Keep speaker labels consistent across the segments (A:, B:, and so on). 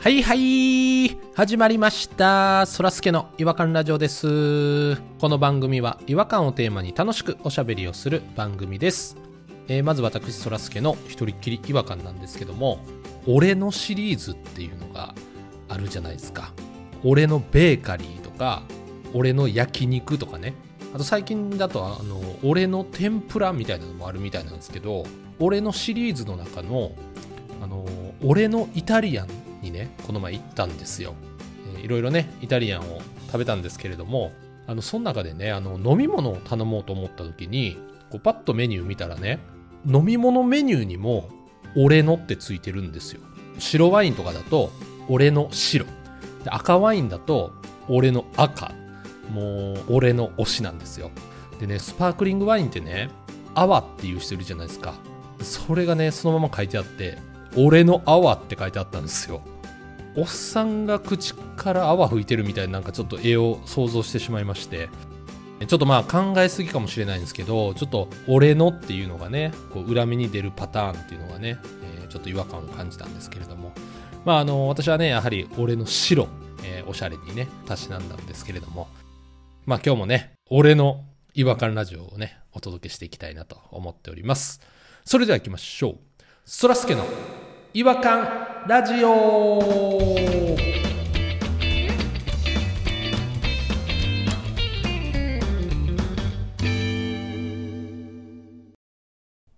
A: はいはい始まりましたそらすけの違和感ラジオですこの番組は違和感をテーマに楽しくおしゃべりをする番組です、えーまず私そらすけの一人っきり違和感なんですけども俺のシリーズっていうのがあるじゃないですか俺のベーカリーとか俺の焼肉とかねあと最近だとあの俺の天ぷらみたいなのもあるみたいなんですけど俺のシリーズの中のあの俺のイタリアンにねこの前行ったんですよ、えーいろいろねイタリアンを食べたんですけれどもあのその中でねあの飲み物を頼もうと思った時にこうパッとメニュー見たらね飲み物メニューにも「俺の」ってついてるんですよ白ワインとかだと「俺の白」で赤ワインだと「俺の赤」もう俺の推しなんですよでねスパークリングワインってね「泡」っていう人いるじゃないですかそれがねそのまま書いてあって「俺の泡」って書いてあったんですよおっさんが口から泡吹いてるみたいななんかちょっと絵を想像してしまいましてちょっとまあ考えすぎかもしれないんですけどちょっと「俺の」っていうのがねこう裏目に出るパターンっていうのがね、えーちょっと違和感を感じたんですけれどもまああの私はねやはり「俺の白」えーおしゃれにねたしなんだんですけれどもまあ今日もね、俺の違和感ラジオをね、お届けしていきたいなと思っております。それでは行きましょう。そらすけの違和感ラジオ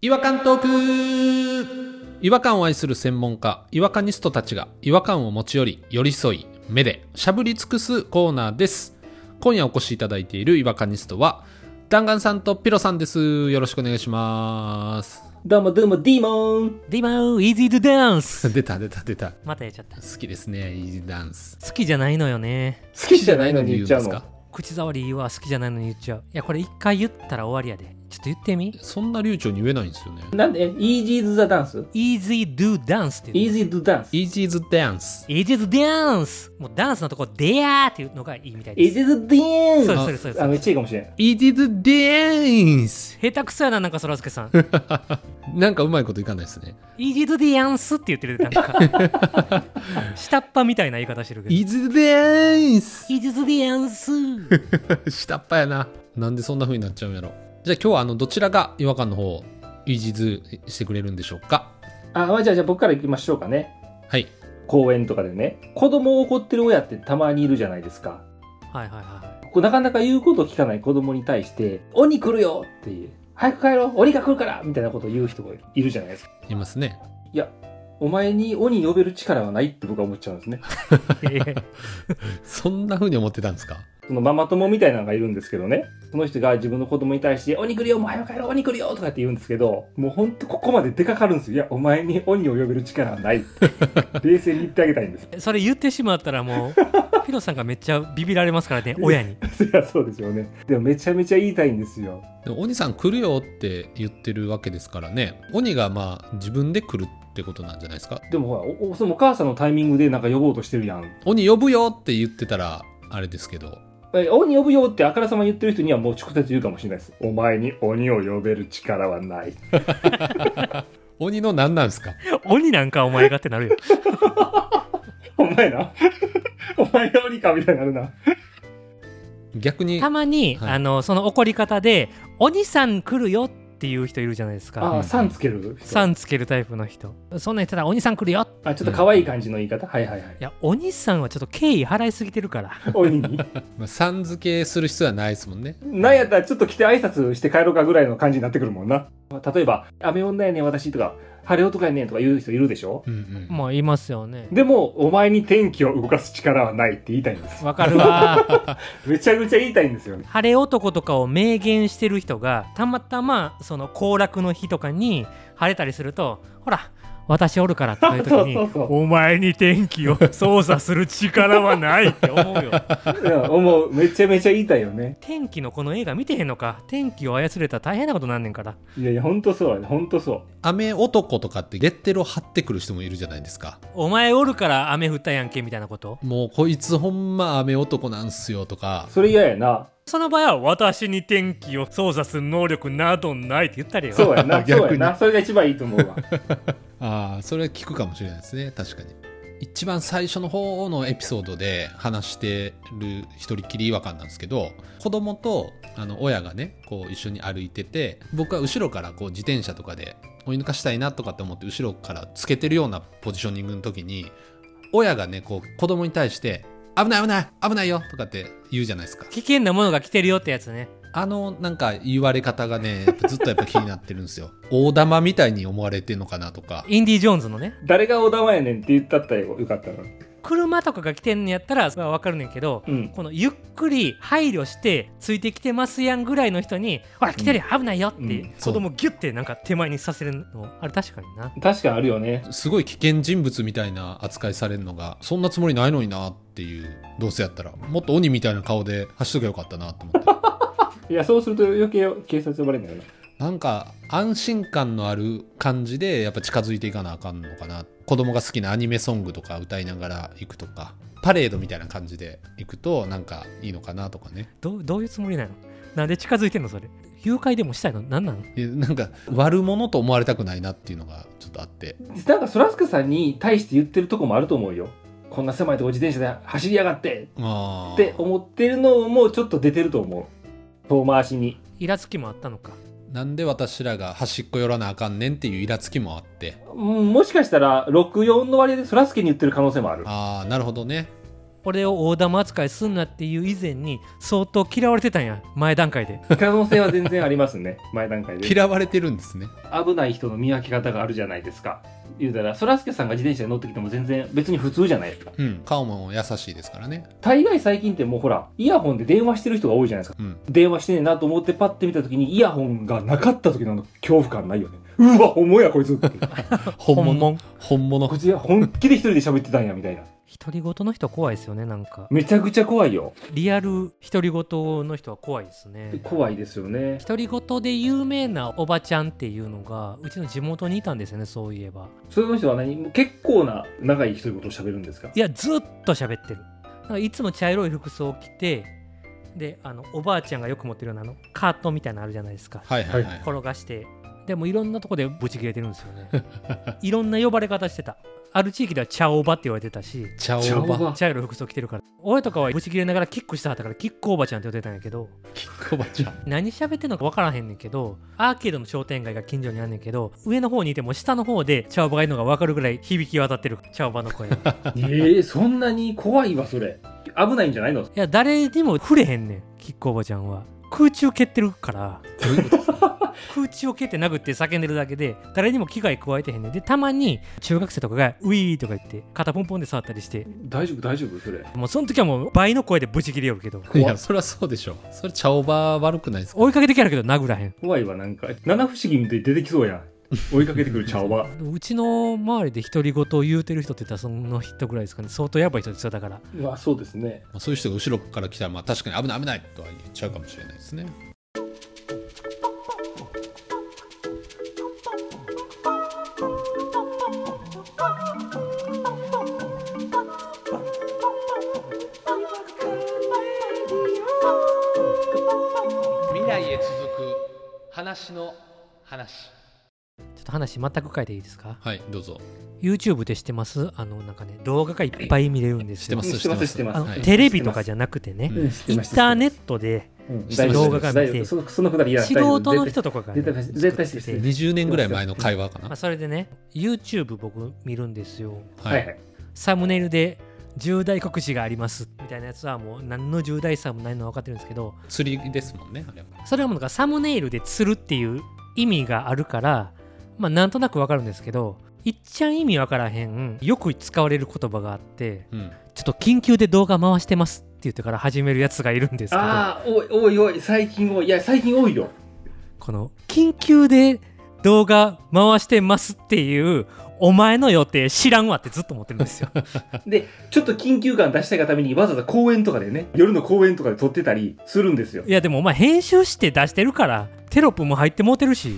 A: 違和感トーク違和感を愛する専門家、違和感ニストたちが違和感を持ち寄り、寄り添い、目でしゃぶり尽くすコーナーです。今夜お越しいただいている違和感ニストは、弾丸さんとピロさんです。よろしくお願いします。
B: どうもどうもディーモン
C: ディマウ、イージードゥダンス
A: 出た出た出た。
C: また言っちゃった。
A: 好きですね、イージーダンス。
C: 好きじゃないのよね。
B: 好きじゃないのに言っちゃうの
A: 言んですか
C: 口触りは好きじゃないのに言っちゃう。いや、これ一回言ったら終わりやで。ちょっと言ってみ。
A: そんな流暢に言えないんですよね。
B: なんでえ Easy to the dance?
C: Easy do dance って言う。
B: Easy to dance
A: イージーズダンス。
C: Easy do dance! もうダンスのとこ、でやーっていうのがいいみたいです。
B: Easy to
C: そうです、
B: dance
C: そうです、そうです
B: あ、。めっちゃいいかもしれない
A: イージーズダンス。
C: 下手くそやな、なんかそらすけさん。
A: なんかうまいこといかないですね。
C: Easy do dance って言ってるで、なんか。下っ端みたいな言い方してるけど。
A: イージーズダンス。
C: Easy do dance!
A: 下っ端やな。なんでそんな風になっちゃうんやろ。じゃあ今日はあのどちらが違和感の方をイージーズしてくれるんでしょうか。
B: あ、まあ、じゃあじゃあ僕から行きましょうかね
A: はい。
B: 公園とかでね子供を怒ってる親ってたまにいるじゃないですか
C: はいはいは
B: こうなかなか言うことを聞かない子供に対して鬼来るよっていう早く帰ろう鬼が来るからみたいなことを言う人がいるじゃないですか
A: いますね。
B: いやお前に鬼呼べる力はないって僕は思っちゃうんですね
C: い。え え
A: そんな風に思ってたんですか。
B: そのママ友みたいなのがいるんですけどね、その人が自分の子供に対して、鬼来るよ、もう早く帰ろう、鬼来るよとかって言うんですけど、もうほんとここまで出かかるんですよ。いや、お前に鬼を呼べる力は ない。冷静に言ってあげたいんです。
C: それ言ってしまったらもう、ピロさんがめっちゃビビられますからね、親に。
B: そりゃそうですよね。でもめちゃめちゃ言いたいんですよ。
A: でも鬼さん来るよって言ってるわけですからね。鬼がまあ自分で来るってことなんじゃないですか。
B: でもほら、おおそのお母さんのタイミングでなんか呼ぼうとしてるやん。
A: 鬼呼ぶよって言ってたらあれですけど。
B: え鬼呼ぶよってあからさま言ってる人にはもう直接言うかもしれないです。お前に鬼を呼べる力はない。
A: 鬼の何なんですか。
C: 鬼なんかお前がってなるよ。
B: お前な。お前が鬼かみたいになるな。
A: 逆に
C: たまに、
A: はい
C: あのその怒り方で「お兄さん来るよ」っていう人いるじゃないです
B: あ
C: か
B: あ、さんつける人。
C: さんつけるタイプの人そんなん言ってたら「お兄さん来るよ」
B: あ、ちょっと可愛い感じの言い方。はいはいは い
C: い。やお兄さんはちょっと敬意払いすぎてるから
B: 鬼に。
A: まあさん付けする必要はないですもんね。
B: なんやったらちょっと来て挨拶して帰ろうかぐらいの感じになってくるもんな。例えば、雨女やねん私とか、晴れ男やねんとか言う人いるでしょ
A: うんうん。
C: もういますよね
B: でも、お前に天気を動かす力はないって言いたいんです。
C: わかるわ
B: めちゃくちゃ言いたいんですよね。
C: 晴れ男とかを明言してる人がたまたまその行楽の日とかに晴れたりすると「ほら私おるから」っていう時 に
B: そうそうそう
C: お前に天気を操作する力はない」って思うよ
B: うん思う。めちゃめちゃ言いたいよね。
C: 天気のこの映画見てへんのか天気を操れたら大変なことなんねんから
B: いやいや、ほんとそう。ほんとそ
A: 雨男とかってレッテルを貼ってくる人もいるじゃないですか。
C: お前おるから雨降ったやんけみたいなこと
A: もうこいつほんま雨男なんすよとか
B: う。。それ嫌やな。
C: その場合は私に天気を操作する能力などないって言ったりよ
B: そうやな。
A: 逆に
B: そうやな。それが一番いいと思うわ。
A: ああ、それは聞くかもしれないですね。確かに。一番最初の方のエピソードで話してる一人っきり違和感なんですけど子供とあの親がねこう一緒に歩いてて僕は後ろからこう自転車とかで追い抜かしたいなとかって思って後ろからつけてるようなポジショニングの時に親がねこう子供に対して「危ない危ない危ないよ」とかって言うじゃないですか
C: 危険なものが来てるよってやつね
A: あのなんか言われ方がねやっぱずっとやっぱ気になってるんですよ大玉みたいに思われてるのかなとか
C: インディ・ジョーンズのね
B: 誰が小玉やねんって言ったったらよかったのに
C: 車とかが来てんのやったらまあわかるねんけど、
B: うん
C: このゆっくり配慮してついてきてますやんぐらいの人に「ほら来てるよ危ないよ」っ
B: う
C: て
B: ん
C: 子供ギュッてなんか手前にさせるのあれ確かにな
B: 確かにあるよね
A: すごい危険人物みたいな扱いされるのがそんなつもりないのになっていうどうせやったらもっと鬼みたいな顔で走っとけばよかったなと思って
B: いやそうすると余計警察呼ばれるんだよな
A: なんか安心感のある感じでやっぱ近づいていかなあかんのかな子供が好きなアニメソングとか歌いながら行くとかパレードみたいな感じで行くとなんかいいのかなとかね
C: どうどういうつもりなのなんで近づいてんのそれ誘拐でもしたいのなんなの
A: えなんか悪者と思われたくないなっていうのがちょっとあって
B: なんかそらすけさんに対して言ってるとこもあると思うよこんな狭いとこ自転車で走りやがって
A: あー
B: って思ってるのもちょっと出てると思う遠回しに
C: イラつきもあったのか
A: なんで私らが端っこ寄らなあかんねんっていうイラつきもあって
B: うんもしかしたら64の割合でそらすけに言ってる可能性もある
A: ああなるほどね
C: 俺を大玉扱いすんなっていう以前に相当嫌われてたんや前段階で
B: 可能性は全然ありますね 前段階で
A: 嫌われてるんですね
B: 危ない人の見分け方があるじゃないですか言うたらそらすけさんが自転車に乗ってきても全然別に普通じゃないですか
A: うん顔も優しいですからね
B: 大概最近ってもうほらイヤホンで電話してる人が多いじゃないですか
A: うん
B: 電話してねえなと思ってパッて見た時にイヤホンがなかった時のあの恐怖感ないよねうわ重いやこ いつって
A: 本
C: 本
A: 物
C: 物
A: 本
B: こ
A: 物
B: っち本気で一人で喋ってたんやみたいな
C: 独り言の人怖いですよねなんか
B: めちゃくちゃ怖いよ
C: リアル独り言の人は怖いですね
B: 怖いですよね
C: 独り言で有名なおばちゃんっていうのがうちの地元にいたんですよねそういえば
B: その人は何結構な長い独り言を喋るんですか
C: いやずっと喋ってるなんかいつも茶色い服装を着てであのおばあちゃんがよく持ってるようなあのカートみたいなのあるじゃないですか
A: はいはいはい、
C: 転がしてでもいろんなとこでブチ切れてるんですよ ねいろんな呼ばれ方してたある地域では茶おばって言われてたし
A: 茶
B: 茶
A: お
B: お
A: ば
B: ば
C: 茶色い服装着てるから俺とかはブチ切れながらキックしてはったからキックおばちゃんって呼んでたんやけど
A: キックおばちゃん
C: 何喋ってんのか分からへんねんけどアーケードの商店街が近所にあんねんけど上の方にいても下の方でチャオバがいるのが分かるぐらい響き渡ってるチャオバの声い
B: えー、そんなに怖いわそれ危ないんじゃないの
C: や誰にも触れへんねんキックおばちゃんは空中蹴ってるから
A: どういうこと
C: 空中を蹴って殴って叫んでるだけで誰にも危害加えてへんねんでたまに中学生とかがウィーとか言って肩ポンポンで触ったりして
B: 大丈夫大丈夫それ
C: もうその時はもう倍の声でブチ切れよるけど
A: いやそりゃそうでしょそれ茶おば悪くないですか
C: 追いかけてきやるけど殴らへん
B: 怖いわなんか七不思議みたいに出てきそうやん追いかけてくる茶お ば
C: うちの周りで独り言を言うてる人って言ったらその人ぐらいですかね相当やばい人ですよだから
B: うわそうですね
A: まあそういう人が後ろから来たらまあ確かに危ない危ないとは言っちゃうかもしれないですね未来へ続く話の話
C: ちょっと話全く変えていいですか
A: はいどうぞ
C: YouTube で知ってますあのなんかね動画がいっぱい見れるんです
A: 知
C: よ
A: ってます
B: 知ってます知ってます
C: あの、
A: はい
C: テレビとかじゃなくてね、
A: うん
C: インターネットで
A: 大丈夫動画
C: が見て
B: そのそのくだりいや
C: 素人の人とかが、ね、
B: 絶対絶対
C: 作っ
B: 絶対
C: てて
A: 20年ぐらい前の会話か
C: ま
A: な
C: あ、それでね YouTube 僕見るんですよ
B: はいはい、
C: サムネイルで重大告知がありますみたいなやつはもう何の重大さもないのは分かってるんですけど
A: 釣りですもんねあれは
C: それはもうなんかサムネイルで釣るっていう意味があるからまあなんとなく分かるんですけどいっちゃん意味分からへんよく使われる言葉があって
A: うん
C: ちょっと緊急で動画回してますって言ってから始めるやつがいるんですけど
B: ああおいおいおい最近多いいや最近多いよ
C: この緊急で動画回してますっていうお前の予定知らんわってずっと思ってるんですよ
B: でちょっと緊急感出したいがためにわざわざ公園とかでね夜の公園とかで撮ってたりするんですよ
C: いやでもお前編集して出してるからテロップも入ってもうてるし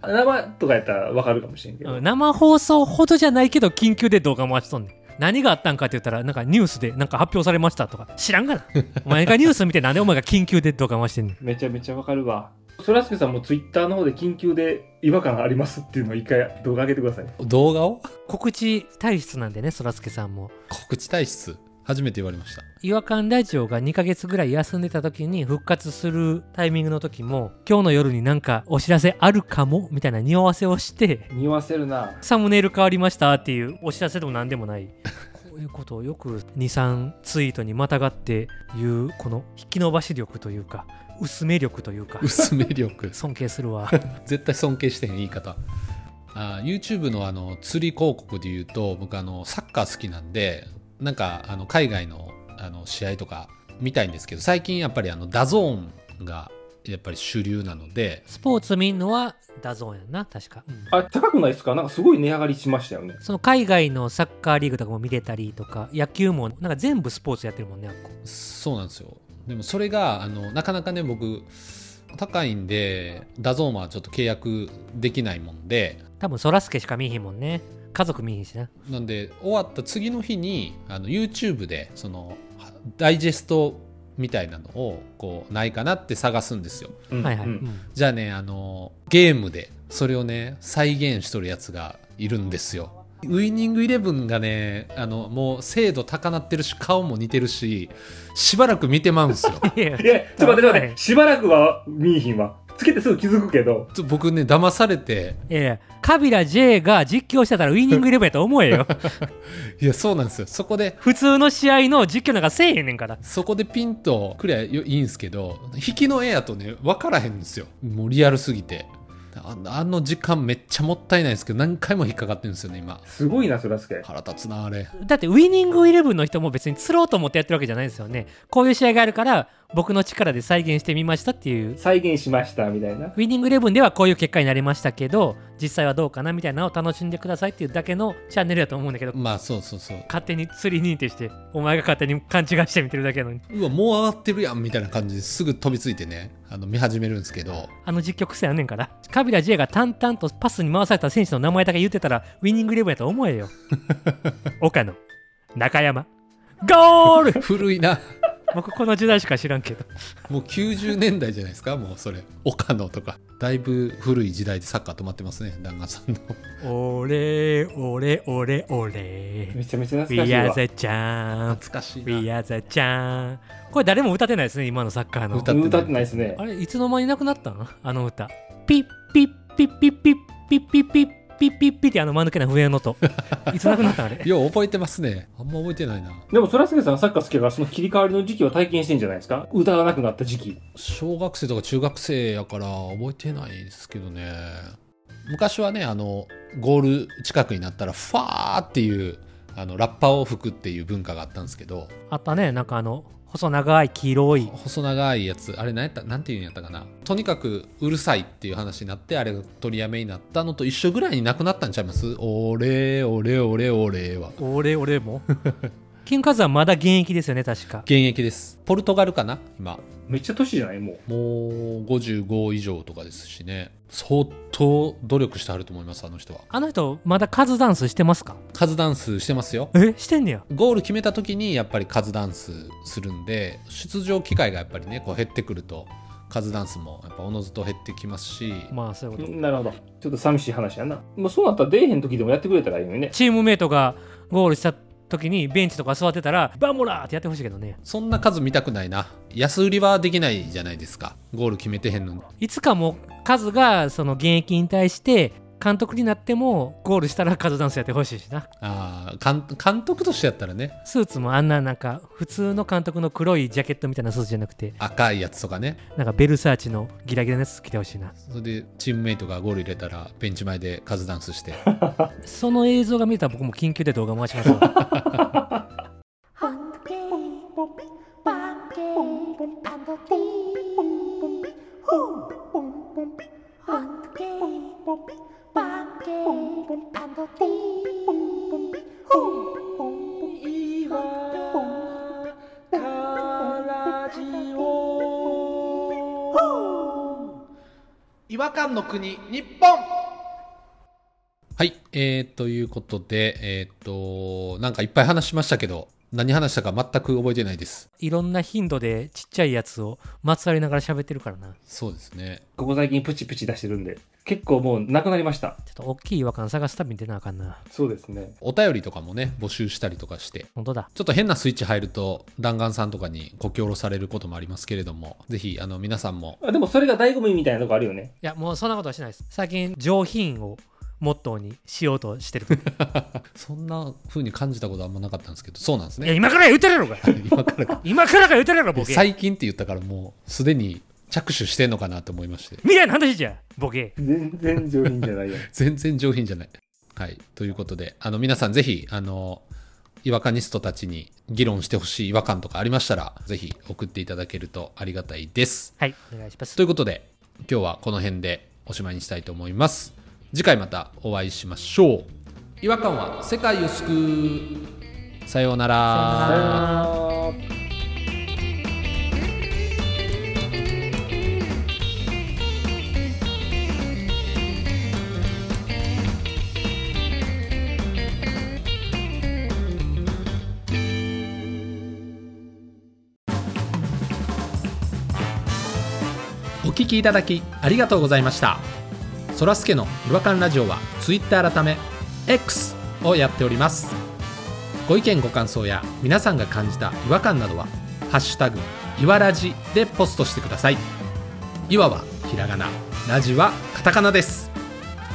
B: 生とかやったらわかるかもしれんけど、
C: 生放送ほどじゃないけど緊急で動画回しとんねん何があったんかって言ったらなんかニュースでなんか発表されましたとか知らんがなお前がニュース見てなんでお前が緊急で動画回してんねん
B: めちゃめちゃわかるわそらすけさんもツイッターの方で緊急で違和感ありますっていうのを一回動画上げてください。
A: 動画を
C: 告知体質なんでねそらすけさんも
A: 告知体質初めて言われました
C: 違和感ラジオが2ヶ月ぐらい休んでた時に復活するタイミングの時も今日の夜になんかお知らせあるかもみたいな匂わせをして
B: 匂わせるな。
C: サムネイル変わりましたっていうお知らせでも何でもない こういうことをよく23ツイートにまたがって言うこの引き伸ばし力というか薄め力というか
A: 薄め力
C: 尊敬するわ
A: 絶対尊敬してへん言い方あー YouTube のあの釣り広告で言うと僕あのサッカー好きなんでなんかあの海外のあの試合とか見たいんですけど最近やっぱりあのダゾーンがやっぱり主流なので
C: スポーツ見んのはダゾーンやんな確か、うん
B: あ、高くないですかなんかすごい値上がりしましたよね。
C: その海外のサッカーリーグとかも見れたりとか野球もなんか全部スポーツやってるもんねあっこ
A: そうなんですよでもそれがあのなかなかね僕高いんでダゾーンはちょっと契約できないもんで
C: 多分そらすけしか見えへんもんね家族見えへんしな
A: なんで終わった次の日にあの YouTube でそのはダイジェストみたいなのをこうないかなって探すんですよ
B: うん
C: はいはい、
B: うん
A: じゃあねあのゲームでそれをね再現しとるやつがいるんですよウイニングイレブンがねあのもう精度高なってるし顔も似てるししばらく見てまうんですよ
C: いや
B: いや、ちょっと待って、ちょっと待って、しばらくは見えひんわ。つけてすぐ気づくけど、
A: ちょ僕ね騙されて
C: いやいやカビラ J が実況してたらウイニングイレブンやと思え よ
A: いやそうなんですよそこで
C: 普通の試合の実況なんかせえへんねんから
A: そこでピンとくりゃいいんすけど引きの絵やとね分からへんんですよもうリアルすぎてああの時間めっちゃもったいないですけど何回も引っかかってるんですよね今
B: すごいな、そらすけ。
A: 腹立つなあれ
C: だってウイニングイレブンの人も別に釣ろうと思ってやってるわけじゃないですよねこういう試合があるから僕の力で再現してみましたっていう
B: 再現しました、みたいな。
C: ウイニングイレブンではこういう結果になりましたけど実際はどうかなみたいなのを楽しんでくださいっていうだけのチャンネルやと思うんだけど
A: まあそうそうそう
C: 勝手に釣り認定してお前が勝手に勘違いして見てるだけなのに
A: うわもう上がってるやんみたいな感じですぐ飛びついてねあの見始めるんですけど
C: あの実況癖やねんからカビラ J が淡々とパスに回された選手の名前だけ言ってたらウイニングイレブンやと思えよ岡野中山ゴール
A: 古いな
C: 僕この時代しか知らんけど
A: もう90年代じゃないですかもうそれ岡野とかだいぶ古い時代でサッカー止まってますね旦那さんの
C: 俺俺俺俺
B: めちゃめちゃ
C: We
B: 懐かしい
C: are
B: わ
C: the。champ
A: 懐かしい
C: We
A: な
C: are the champ これ誰も歌ってないですね今のサッカーの
A: 歌って
B: 歌ってないですね
C: あ。れいつの間になくなったのあの歌ピッピッピッピッピッピッピッピッピッピッピッってあの間抜けな笛の音いつなくなったのあれ
A: よう覚えてますねあんま覚えてないな
B: でも、そらすけさんサッカー好きだから、その切り替わりの時期を体験してんじゃないですか歌がなくなった時期。
A: 小学生とか中学生やから覚えてないですけどね昔はねあのゴール近くになったらファーっていうあのラッパを吹くっていう文化があったんですけど
C: あったねなんかあの細長い黄色い
A: 細長いやつあれ何やったなんていうんやったかなとにかくうるさいっていう話になってあれが取りやめになったのと一緒ぐらいになくなったんちゃいます俺俺俺俺は
C: 俺俺 もキンカズはまだ現役ですよね確か
A: 現役ですポルトガルかな今
B: めっちゃ年じゃないもう。
A: もう55以上とかですしね相当努力してはると思いますあの人は
C: あの人まだカズダンスしてますか
A: カズダンスしてますよ
C: えしてんねや
A: ゴール決めた時にやっぱりカズダンスするんで出場機会がやっぱりねこう減ってくるとカズダンスもやっぱおのずと減ってきますし、
C: まあそういうこと
B: なるほど。ちょっと寂しい話やな。もうそうなったら出えへん時でもやってくれたらいいのにね。
C: チームメイトがゴールした時にベンチとか座ってたらバモラーってやってほしいけどね
A: そんな数見たくないな安売りはできないじゃないですかゴール決めてへんのに
C: いつかもうカズがその現役に対して監督になってもゴールしたらカズダンスやってほしいしな
A: あー監監督としてやったらね
C: スーツもあんななんか普通の監督の黒いジャケットみたいなスーツじゃなくて
A: 赤いやつとかね
C: なんかベルサーチのギラギラのやつ着てほしいな
A: それでチームメイトがゴール入れたらベンチ前でカズダンスして
C: その映像が見えたら僕も緊急で動画回します わ
D: Hunky,
E: 違和感の国日本
A: はい、えー、ということで、えー、と、なんかいっぱい話しましたけど、何話したか全く覚えてないです。
C: いろんな頻度でちっちゃいやつをまつわりながら喋ってるからな。
A: そうですね。
B: ここ最近プチプチ出してるんで、結構もうなくなりました。
C: ちょっと大きい違和感探すたびに出なあかんな。
B: そうですね。
A: お便りとかもね、募集したりとかして、
C: 本当だ。
A: ちょっと変なスイッチ入ると、弾丸さんとかにこき下ろされることもありますけれども、ぜひ、あの、皆さんも、
B: あでもそれが醍醐味みたいなとこあるよね。
C: いや、もうそんなことはしないです。最近、上品をモットーにしようとしてる。 い
A: そんな風に感じたことあんまなかったんですけど、そうなんです
C: や、
A: ね。
C: 今から言うてるやろか。
A: 今からか。
C: 今からか言うてるやろ、ボケ。
A: 最近って言ったからもう、すでに着手してんのかなと思いまして。
C: 未来の話じゃ、ボケ。
B: 全然上品じゃないよ。
A: 全然上品じゃない。はい。ということで、あの、皆さんぜひ、あの、違和感ニストたちに議論してほしい違和感とかありましたら、ぜひ送っていただけるとありがたいです。
C: はい、お願いします
A: とい。うことで、今日はこの辺でおしまいにしたいと思います。次回またお会いしましょう。違和感は世界を救う。さようなら。
C: さようなら
A: お聞きいただきありがとうございましたそらすけの違和感ラジオは Twitter 改め X をやっておりますご意見ご感想や皆さんが感じた違和感などは「ハッシュタグいわらじ」でポストしてくださいいわはひらがなラジはカタカナです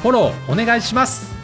A: フォローお願いします